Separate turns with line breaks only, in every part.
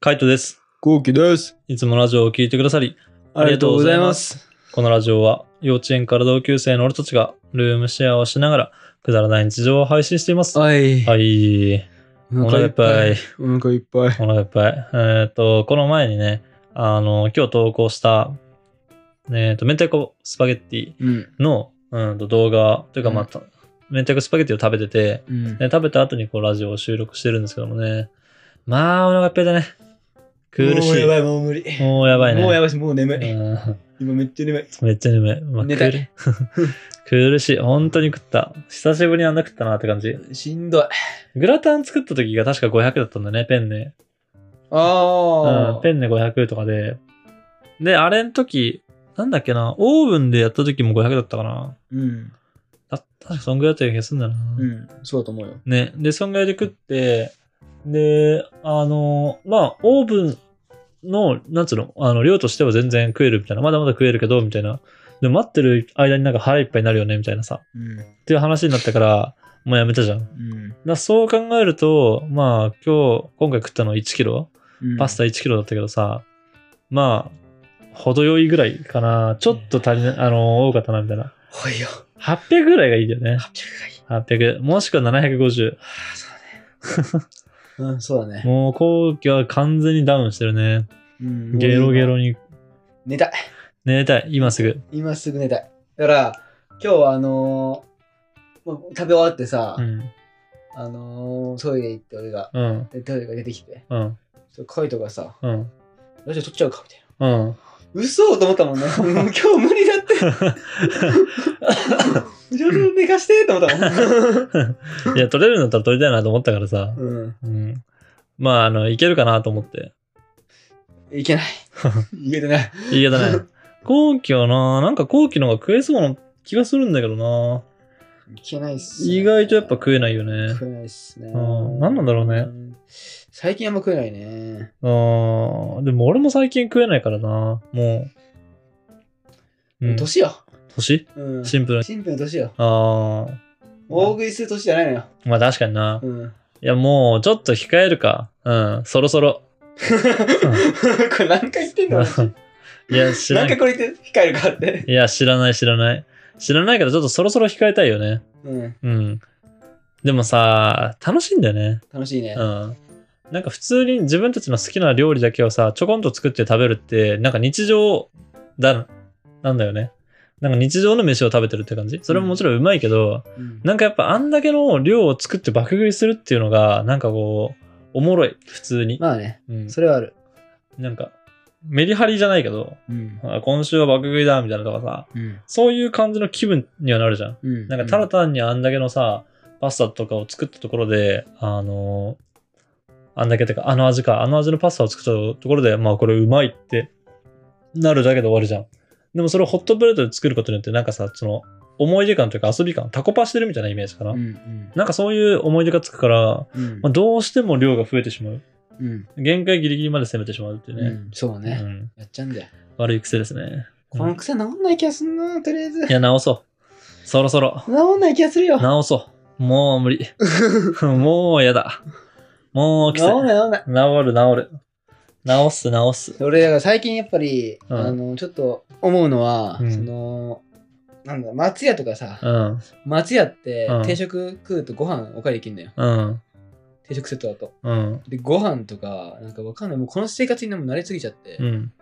カイトです。
ゴーキです。
いつもラジオを聞いてくださり、あ
あ
りが
りが
と
と
う
う
ご
ご
ざ
ざ
い
い
ま
ます。
このラジオは幼稚園から同級生の俺たちがルームシェアをしながらくだらない日常を配信しています。は
はい。
い。
お腹いっぱい。お腹いっぱい。
お腹いっぱい。えーっと、この前にね、あの、今日投稿した、えーっと、明太子スパゲッティ
うん。
の、うん、と動画というか、
うん
また、明太子スパゲッティを食べてて、
うん
で食べた後にこうラジオを収録してるんですけどもね、まあ、お腹いっぱいだね。苦し
もう
い。
やばい、もう無理。
もうやばいね。
もうやばいし、もう眠い。
うん
今めっちゃ眠い。
めっちゃ眠い。まあ、
寝たい
苦し苦しい。本当に食った。久しぶりにあんな食ったなって感じ。
しんどい。
グラタン作った時が確か500だったんだね、ペンネ。う
あ
ん、
ー。
ペンネ500とかで。で、あれの時、なんだっけな、オーブンでやった時も500だったかな。
うん。
だ確かそんぐらいだったような気がするんだな。
うん。そうだと思うよ。
ね。で、そんぐらいで食って、で、あの、まあ、オーブンの、なんつうの、あの、量としては全然食えるみたいな。まだまだ食えるけど、みたいな。でも待ってる間になんか腹いっぱいになるよね、みたいなさ。
うん。
っていう話になったから、もうやめたじゃん。だか
うん
らそう考えると、まあ今日、今回食ったの1キロ
うん。
パスタ1キロだったけどさ、まあ、程よいぐらいかな。ちょっと足りない、あの、多かったな、みたいな。
ほいよ。
800ぐらいがいいんだよね。
800がいい。
800。もしくは750。
あーそうだね。うん、そうだね。
もう後期は完全にダウンしてるね。
うん
ゲロゲ。ロに
寝たい。
寝たい。今すぐ。
今すぐ寝たい。だから、今日はあのー、もう食べ終わってさ
う、ん。
あのー、トイレ行って俺が、
うん。
でトイレが出てきて、
うん。
そうカイトがさ、
うん。
ラジオ撮っちゃうかみたいな。
うん。
嘘と思ったもん ね。もう今日無理だ って。ちょっと寝かしてと思ったも
いや、取れるんだったら取りたいなと思ったからさ。
ん。うん。
うん。まあ、あの、いけるかなと思って。
いけない。いけてない。
言い方ね。後期はな、なんか後期の方が食えそうな気がするんだけどな。
いけないっす、
意外とやっぱ食えないよね。
食えないっすね。
うん何なんだろうね
ん。最近あんま食えないね。
あーでも俺も最近食えないからな、もう。うん、
年よ。
年
うん。
シンプルに。
シンプルな年よ。
ああ。
大食いする年じゃないのよ。
まあ確かにな。
うん。
いや、もうちょっと控えるか。うん、そろそろ。
これ何回言ってんの
いや、知ら
何
ない
回。これ言って控えるかって。
いや、知らない、知らない。知らないけど、ちょっとそろそろ控えたいよね。
うん。
うん。でもさ、楽しいんだよね。
楽しいね。
うん。なんか普通に自分たちの好きな料理だけをさ、ちょこんと作って食べるって、なんか日常だ、なんだよね。なんか日常の飯を食べてるって感じそれももちろんうまいけど、
うん
なんかやっぱあんだけの量を作って爆食いするっていうのが、なんかこう、おもろい、普通に。
まあね、
うん。
それはある。
なんか、メリハリじゃないけど、
うん。
あ今週は爆食いだ、みたいなとかさ、
うん。
そういう感じの気分にはなるじゃん。
うん。
なんかただ単にあんだけのさ、パスタとかを作ったところで、あのーあんだけてか、あの味か、あの味のパスタを作ったところで、まあこれうまいってなるだけで終わるじゃん。でもそれをホットプレートで作ることによって、なんかさ、その思い出感というか遊び感、タコパしてるみたいなイメージかな。
うん。うん。
なんかそういう思い出がつくから、
うん
まあ、どうしても量が増えてしまう。
うん。
限界ギリギリまで攻めてしまうっていう
う
ね。
ん。そう
う
ね。
ん
やっちゃうんだよ。
悪い癖ですね。うん
この癖治んない気がすんな、とりあえず。
いや、直そう。そろそろ。
治んない気がする よ。
直そう。もう無 理。もうやだ。もうき
治
つい。
んない、治んない。
治る治る。治す治す。
俺、だから最近やっぱり、
うん
あの、ちょっと思うのは、
うん
その、なんだ、松屋とかさ
う、ん。
松屋って
うん
定食食うとご飯おかわりできんだよ。
うん。
定食セットだと。
うん。
で、ご飯とか、なんかわかんない。もうこの生活にでも慣れすぎちゃって、
うん。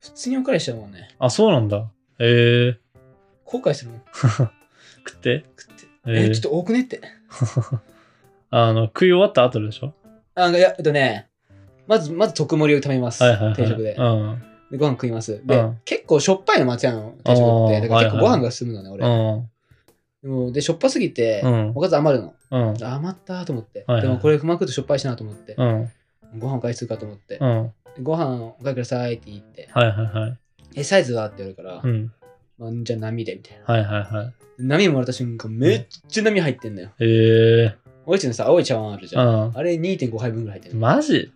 普通におかわりしちゃうもんね。
あ、そうなんだ。ええ
後悔するもん。
食って。
食って。
え
え
ー
ちょっと多くねって。
あの、食い終わった後でしょ
あ、いや、えっとね、まず、まず特盛りを食べます。
はいはい、はい。
定食で
う。ん。
で、ご飯食います。で、
うん
結構しょっぱいの松屋の定食って、だから結構
あー
ご
はいはい
飯が進むのね、
う
俺。
ん。
でもで、しょっぱすぎて、
うん
お。かず余るの。
うん。
余ったと思って。
はいはい
でもこれうまく食うとしょっぱいしなと思って。
うん。
ご飯おかわりするかと思って。
うん。
でご飯おかわりくださいって言って。
はいはいはい。
え、サイズはって言われるから、
うん。
まあ、じゃあ波でみたいな。
はいはいはい。
波もらった瞬間、めっちゃ波入ってんだよ。
ええ
おいちのさ、青い茶碗あるじゃん。
ー。
あれ2.5杯分ぐらい入って
う
る
ん。。マジ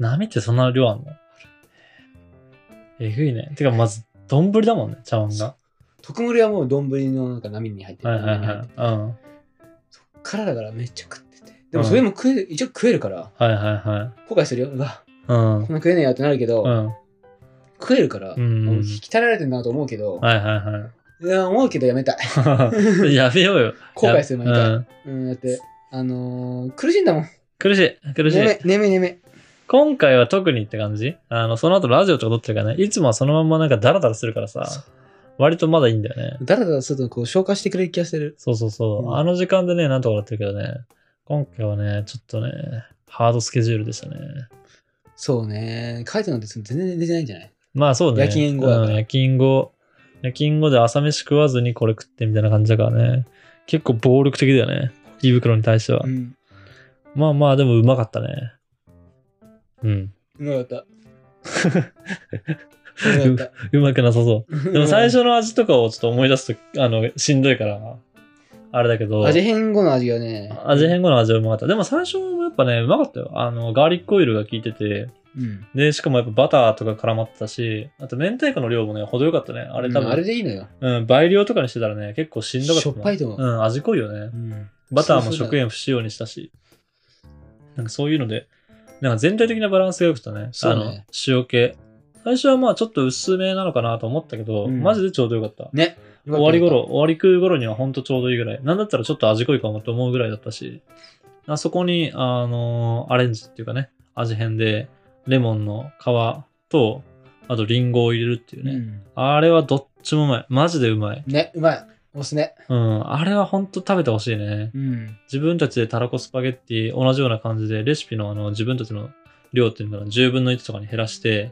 波ってそんな量あんのえぐいね。てか、まず、丼だもんね、茶碗が。
特盛りはもう丼のなんか波に入ってる。
はいはい
波に入って
は
る
い。うん。
からだからめっちゃ食ってて。でもそれも食える、一応食えるから、
はいはいはい。
後悔するよ。うわ、
うん。
こんな食えねえよってなるけど、
うん。
食えるから、
うん
もう引きたられてんなと思うけど、
はいはい
や、思うけどやめたい。
い はい。やめようよ。
後悔する毎回。
うん
うん、だって、あのー苦しいんだもん。
苦しい、苦しい。
眠い、眠い、眠い。
今回は特にって感じあの、その後ラジオとか撮ってるからね、いつもはそのまんまなんかダラダラするからさ、割とまだいいんだよね。
だらだらすると、こう、消化してくれる気がしてる。
そうそうそう。
うん
あの時間でね、なんとかなってるけどね、今回はね、ちょっとね、ハードスケジュールでしたね。
そうね。書いてなんて全然出てないんじゃない
まあそうね。
夜勤後だから
うん夜勤後。夜勤後で朝飯食わずにこれ食ってみたいな感じだからね。結構暴力的だよね。胃袋に対しては。
うん。
まあまあ、でもうまかったね。うん。
うまか った。うまかっ
うまくなさそう。
た。
でも最初の味とかをちょっと思い出すと、あの、しんどいから、あれだけど、
味変後の味がね。
味変後の味はうまかった。でも最初もやっぱね、うまかったよ。あの、ガーリックオイルが効いてて、
うん。
で、しかもやっぱバターとか絡まってたし、あと明太子の量もね、程よかったね。あれ多
うんあれ
分、
でいいのよ。
うん、倍量とかにしてたらね、結構しんどかったな。
しょっぱいと思う
うん、味濃いよね。
うん。
バター
そ
も
うそうだ
食塩不使用にしたし、なんかそういうので、なんか全体的なバランスが良くてね、
そうね
あの塩気。最初はまあちょっと薄めなのかなと思ったけど、
うん
マジでちょうどよかった。
ね。
終わり頃、終わり食う頃にはほんとちょうどいいぐらい。なんだったらちょっと味濃いかもと思うぐらいだったし、あそこに、あのーアレンジっていうかね、味変で、レモンの皮と、あとリンゴを入れるっていう
う
ね。
ん。
あれはどっちもうまい。マジでうまい。
ね、うまい。おすすめ。
うん。あれはほんと食べてほしいね。
うん。
自分たちでたらこスパゲッティ同じような感じでレシピのあの自分たちの量っていうのから10分の1とかに減らして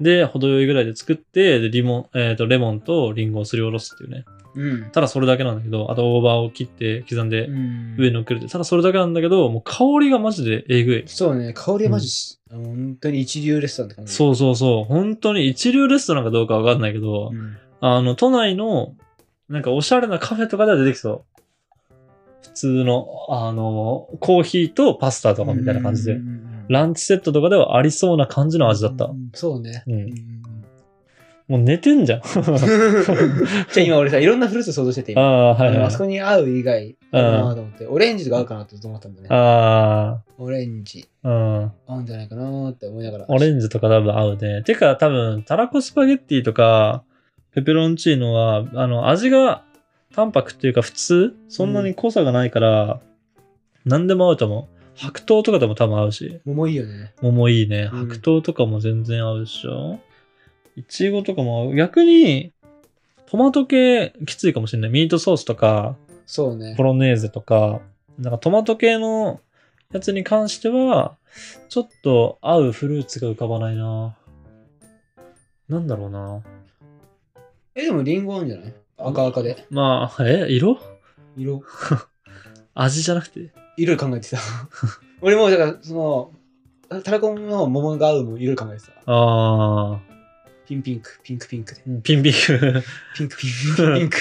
で程よいぐらいで作ってでリモン、えー、とレモンとリンゴをすりおろすっていうね
うん。
ただそれだけなんだけどあと大葉を切って刻んで上
上
に乗っけるってただそれだけなんだけどもう香りがマジでえぐい
そうね、香りはマジし、あの本当に一流レストランって感じ。
そうそうそう本当に一流レストランかどうかわかんないけど、
うん。
あの都内のなんかおしゃれなカフェとかでは出てきそう普通のあのコーヒーとパスタとかみたいな感じで
うんうんうんうん
ランチセットとかではありそうな感じの味だった。
う
も
んそうね。
うん
ん
う寝てん じゃん。
うんじゃあ今俺さ、いろんなフルーツ想像してて、
あ
今
あ、はい
あの
は
あ
い
そ。こに合う以外かなと思って、オレンジとか合うかなって思ったんだね。
あ
オレンジ
あ、うん。
合うんじゃないかなって思いながら。
オレンジとか多分合うね。てか多分、たらこスパゲッティとか、ペペロンチーノは、あの、味が淡白っていうか普通そんなに濃さがないから、何でも合うと思う。白桃とかでも多分合うし。
もういいよね。
桃いいね。
うん
白桃とかも全然合うでしょ。いちごとかも合う。逆に、トマト系きついかもしれない。ミートソースとか、
そうね
ポ。ロネーゼとか、なんかトマト系のやつに関しては、ちょっと合うフルーツが浮かばないな。なんだろうな。
え、でもリンゴ合うんじゃない赤赤で。
まあ、え、色
色、
味じゃなくて。
色々考えてた。 俺もだから、その、タラコンの桃が合うも色々考えてた。
あ
ピンピンク、ピンクピンクで。
ー、ピンピンク。
ピンクピンクピンク。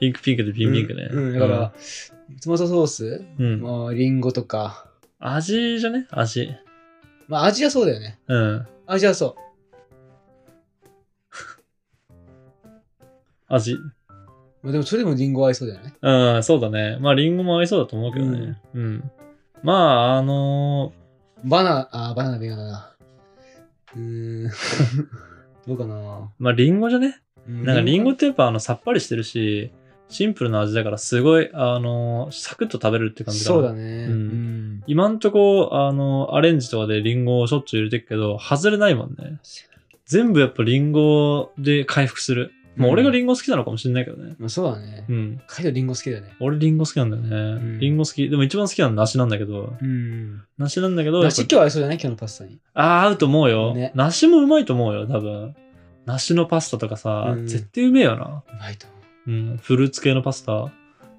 ピンクピンクでピンピンクね。
うん、うんだから、トマトソース、
うん、うん
まあ、リンゴとか。
味じゃね味。
まあ、味はそうだよね。
うん。
味はそう。
味。
まあ、でも、それでもリンゴ合いそうだよね。
うん、そうだね。まあ、リンゴも合いそうだと思うけどね。うん。まあ、あの
バナ、あー、バナナ微妙だな。うーん。 どうかな。
ーまあ、リンゴじゃねな
なん
かリンゴってやっぱあのさっぱりしてるし、シンプルな味だからすごい、あの、サクッと食べれるって感じかな
そうだね。
う
うんん。
今んとこ、あの、アレンジとかでリンゴをしょっちゅう入れてるけど、外れないもんね。全部やっぱリンゴで回復する。まあ
うん
俺がリンゴ好きなのかもしれないけどね。
まあ、そうだね
う。ん。
カイドリンゴ好きだよね。
俺リンゴ好きなんだよね。
ん
リンゴ好き。でも一番好きなのは梨なんだけど。
うん。
梨なんだけど、
梨
やっ
今日合いそうじゃない今日のパスタに。
ぱああ、合うと思うよ、
ね
梨もうまいと思うよ、多分。梨のパスタとかさ、
うん
絶対うめえよな。
うまいと思う。
うん、フルーツ系のパスタ。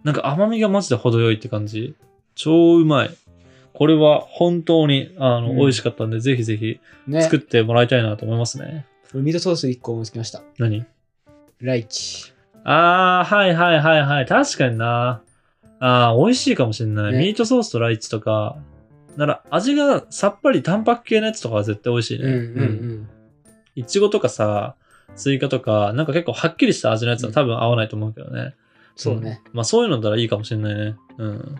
なんか甘みがマジで程よいって感じ。超うまい。これは本当にあの、
うん
美味しかったんで、ぜひぜひ
ね。
作ってもらいたいなと思いますね。
俺ミートソース1個思いつきました。
何
ライチ。
あー、はいはいはいはい。確かにな。あー、美味しいかもしんない。
ね
ミートソースとライチとか。なら味がさっぱり淡白系のやつとかは絶対美味しいね。
うんうん
いちごとかさ、スイカとか、なんか結構はっきりした味のやつは多分合わないと思うけどね。
そうね。
まあそういうのならいいかもしれないね。うん。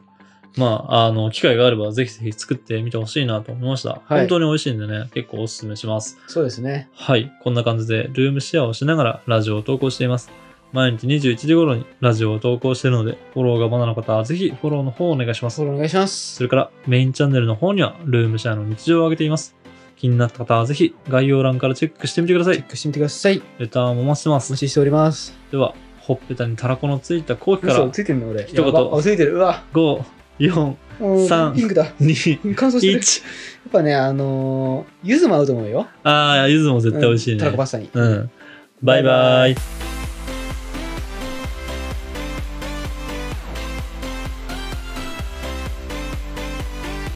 まあ、あの、機会があればぜひぜひ作ってみてほしいなと思いました。
はい
本当に美味しいんでね、結構おすすめします。
そうですね。
はい、こんな感じでルームシェアをしながらラジオを投稿しています。毎日21時頃にラジオを投稿しているので、フォローがまだの方はぜひフォローの方をお願いします
フォ。ローお願いしま
そ
す。
れからメインチャンネルの方にはルームシェアの日常を上げています。気になった方はぜひ概要欄からチェックしてみてくださ
チェ
い
ッ。クしてみてください。
レターも待ちしてま
お
す。
待ちしております。
では、ほっぺたにたらこのついた後期から
嘘、ついてんの俺。
一言
やばあついてる。うわ。
5、4、
もう
三
ピンクだ。
2、
乾燥してる。や
1。
っぱね、あのー、ゆずも合うと思うよ。
あー、ゆずも絶対美味しいね
うんたら。こパスタに。
うん。バイバイ。